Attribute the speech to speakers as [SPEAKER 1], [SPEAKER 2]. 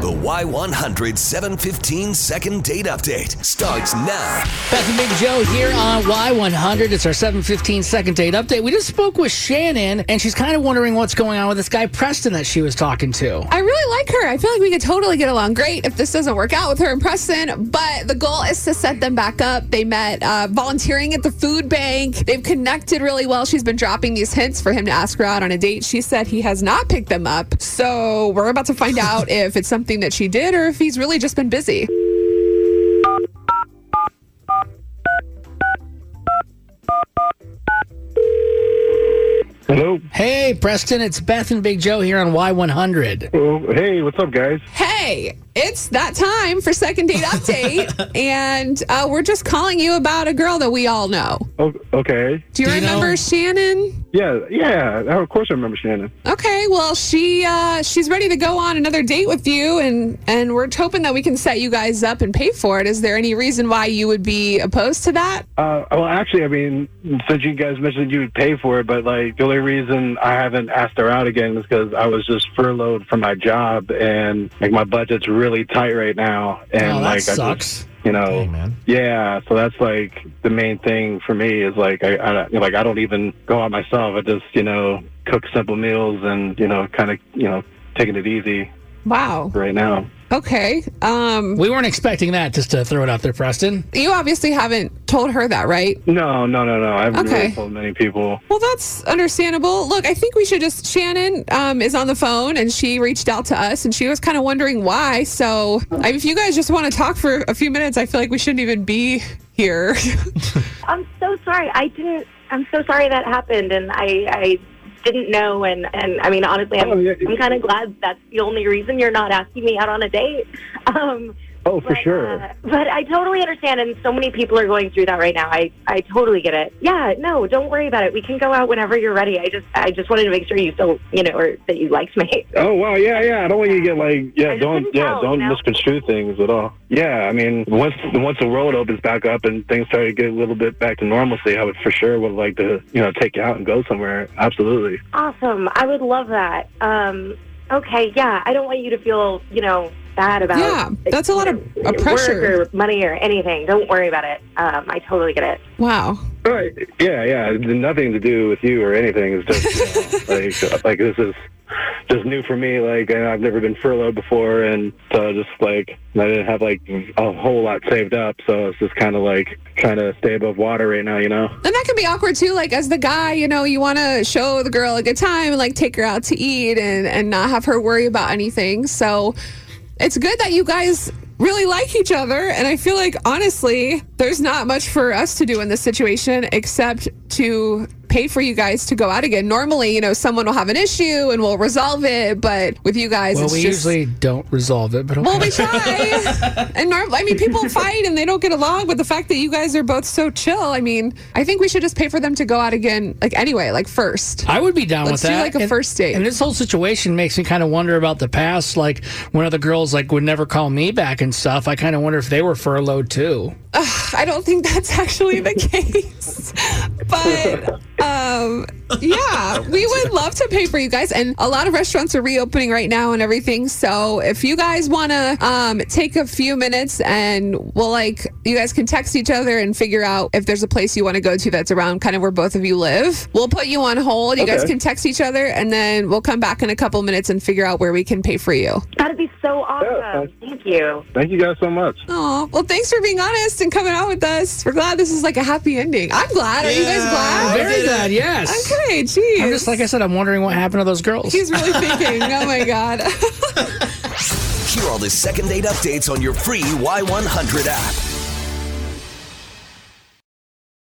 [SPEAKER 1] The Y100 715 second date update starts now.
[SPEAKER 2] Beth and Big Joe here on Y100. It's our 715 second date update. We just spoke with Shannon, and she's kind of wondering what's going on with this guy Preston that she was talking to.
[SPEAKER 3] I really like her. I feel like we could totally get along great if this doesn't work out with her and Preston. But the goal is to set them back up. They met uh, volunteering at the food bank. They've connected really well. She's been dropping these hints for him to ask her out on a date. She said he has not picked them up. So we're about to find out if it's something that she did or if he's really just been busy.
[SPEAKER 4] Hello.
[SPEAKER 2] Hey, Preston, it's Beth and Big Joe here on Y100.
[SPEAKER 4] Oh, hey, what's up, guys?
[SPEAKER 3] Hey, it's that time for second date update. and uh, we're just calling you about a girl that we all know.
[SPEAKER 4] Oh, okay.
[SPEAKER 3] Do you
[SPEAKER 2] Do you
[SPEAKER 3] remember
[SPEAKER 2] know-
[SPEAKER 3] Shannon?
[SPEAKER 4] Yeah, yeah. Of course, I remember Shannon.
[SPEAKER 3] Okay, well she uh, she's ready to go on another date with you, and and we're hoping that we can set you guys up and pay for it. Is there any reason why you would be opposed to that?
[SPEAKER 4] Uh, well, actually, I mean, since you guys mentioned you would pay for it, but like the only reason I haven't asked her out again is because I was just furloughed from my job, and like my budget's really tight right now, and
[SPEAKER 2] oh, that
[SPEAKER 4] like I just,
[SPEAKER 2] sucks.
[SPEAKER 4] you know,
[SPEAKER 5] Hey, man.
[SPEAKER 4] yeah. So that's like the main thing for me is like I, I like I don't even go out myself. I just you know cook simple meals and you know kind of you know taking it easy
[SPEAKER 3] Wow.
[SPEAKER 4] right now.
[SPEAKER 3] Okay. Um,
[SPEAKER 2] We weren't expecting that, just to throw it out there, Preston.
[SPEAKER 3] you obviously haven't told her that, right?
[SPEAKER 4] No, no, no, no. I haven't
[SPEAKER 3] Okay.
[SPEAKER 4] really told many people.
[SPEAKER 3] Well, that's understandable. Look, I think we should just. Shannon um, is on the phone and she reached out to us and she was kind of wondering why. So, I, if you guys just want to talk for a few minutes, I feel like we shouldn't even be here.
[SPEAKER 6] I'm so sorry. I didn't. I'm so sorry that happened, and I, I didn't know. And, and I mean, honestly, I'm,
[SPEAKER 4] Oh, yeah.
[SPEAKER 6] I'm kind of glad that's the only reason you're not asking me out on a date. Um,
[SPEAKER 4] Oh, for
[SPEAKER 6] but,
[SPEAKER 4] sure.
[SPEAKER 6] uh, but I totally understand, and so many people are going through that right now. I, I totally get it. Yeah, no, don't worry about it. We can go out whenever you're ready. I just, I just wanted to make sure you still, you know, or that you liked me.
[SPEAKER 4] oh wow, yeah, yeah. I don't want you to get like,
[SPEAKER 6] I
[SPEAKER 4] yeah,
[SPEAKER 6] just
[SPEAKER 4] don't,
[SPEAKER 6] couldn't
[SPEAKER 4] yeah,
[SPEAKER 6] tell,
[SPEAKER 4] don't
[SPEAKER 6] you know?
[SPEAKER 4] misconstrue things at all. Yeah, I mean, once once the world opens back up and things start to get a little bit back to normalcy, I would for sure would like to, you know, take you out and go somewhere. Absolutely.
[SPEAKER 6] Awesome. I would love that. Um, okay, yeah. I don't want you to feel, you know, bad about.
[SPEAKER 3] Yeah, that's a lot of-
[SPEAKER 6] you know,
[SPEAKER 3] of pressure.
[SPEAKER 6] Work or money or anything. Don't worry about it. Um, I totally get it.
[SPEAKER 3] wow.
[SPEAKER 4] All right. Yeah, yeah. It's Nothing to do with you or anything. It's just you know, like like this is just new for me. Like and I've never been furloughed before, and so just like I didn't have like a whole lot saved up, so it's just kind of like trying to stay above water right now. You know?
[SPEAKER 3] And that can be awkward too. Like as the guy, you know, you want to show the girl a good time and like take her out to eat and and not have her worry about anything. So it's good that you guys really like each other. And I feel like honestly, there's not much for us to do in this situation except to pay for you guys to go out again. Normally, you know, someone will have an issue and we'll resolve it, but with you guys,
[SPEAKER 2] Well,
[SPEAKER 3] it's
[SPEAKER 2] we
[SPEAKER 3] just.
[SPEAKER 2] usually don't resolve it, but okay.
[SPEAKER 3] well, we try, and norm- I mean, people fight and they don't get along. But the fact that you guys are both so chill, I mean, I think we should just pay for them to go out again, like anyway, like first.
[SPEAKER 2] I would be down
[SPEAKER 3] Let's
[SPEAKER 2] with that.
[SPEAKER 3] do, like, a
[SPEAKER 2] And-
[SPEAKER 3] first date.
[SPEAKER 2] And this whole situation makes me kind of wonder about the past. Like when other girls like would never call me back and stuff. I kind of wonder if they were furloughed too.
[SPEAKER 3] I don't think that's actually the case, but um, yeah, we would love to pay for you guys. And a lot of restaurants are reopening right now and everything. So if you guys want to um, take a few minutes and we'll like, you guys can text each other and figure out if there's a place you want to go to that's around kind of where both of you live. We'll put you on hold. You guys
[SPEAKER 4] Okay.
[SPEAKER 3] can text each other and then we'll come back in a couple minutes and figure out where we can pay for you.
[SPEAKER 6] That'd be so
[SPEAKER 4] Yeah,
[SPEAKER 6] awesome.
[SPEAKER 4] thanks.
[SPEAKER 6] Thank you.
[SPEAKER 4] Thank you guys so much.
[SPEAKER 3] Oh, well, thanks for being honest and coming out with us. We're glad this is like a happy ending. I'm glad. Are you guys
[SPEAKER 5] Yeah.
[SPEAKER 3] glad?
[SPEAKER 5] Very
[SPEAKER 2] Very good. Yes.
[SPEAKER 3] Okay, geez.
[SPEAKER 2] I'm just like I said. I'm wondering what happened to those girls.
[SPEAKER 3] He's really thinking. oh my god.
[SPEAKER 1] Hear all the second date updates on your free Y100 app.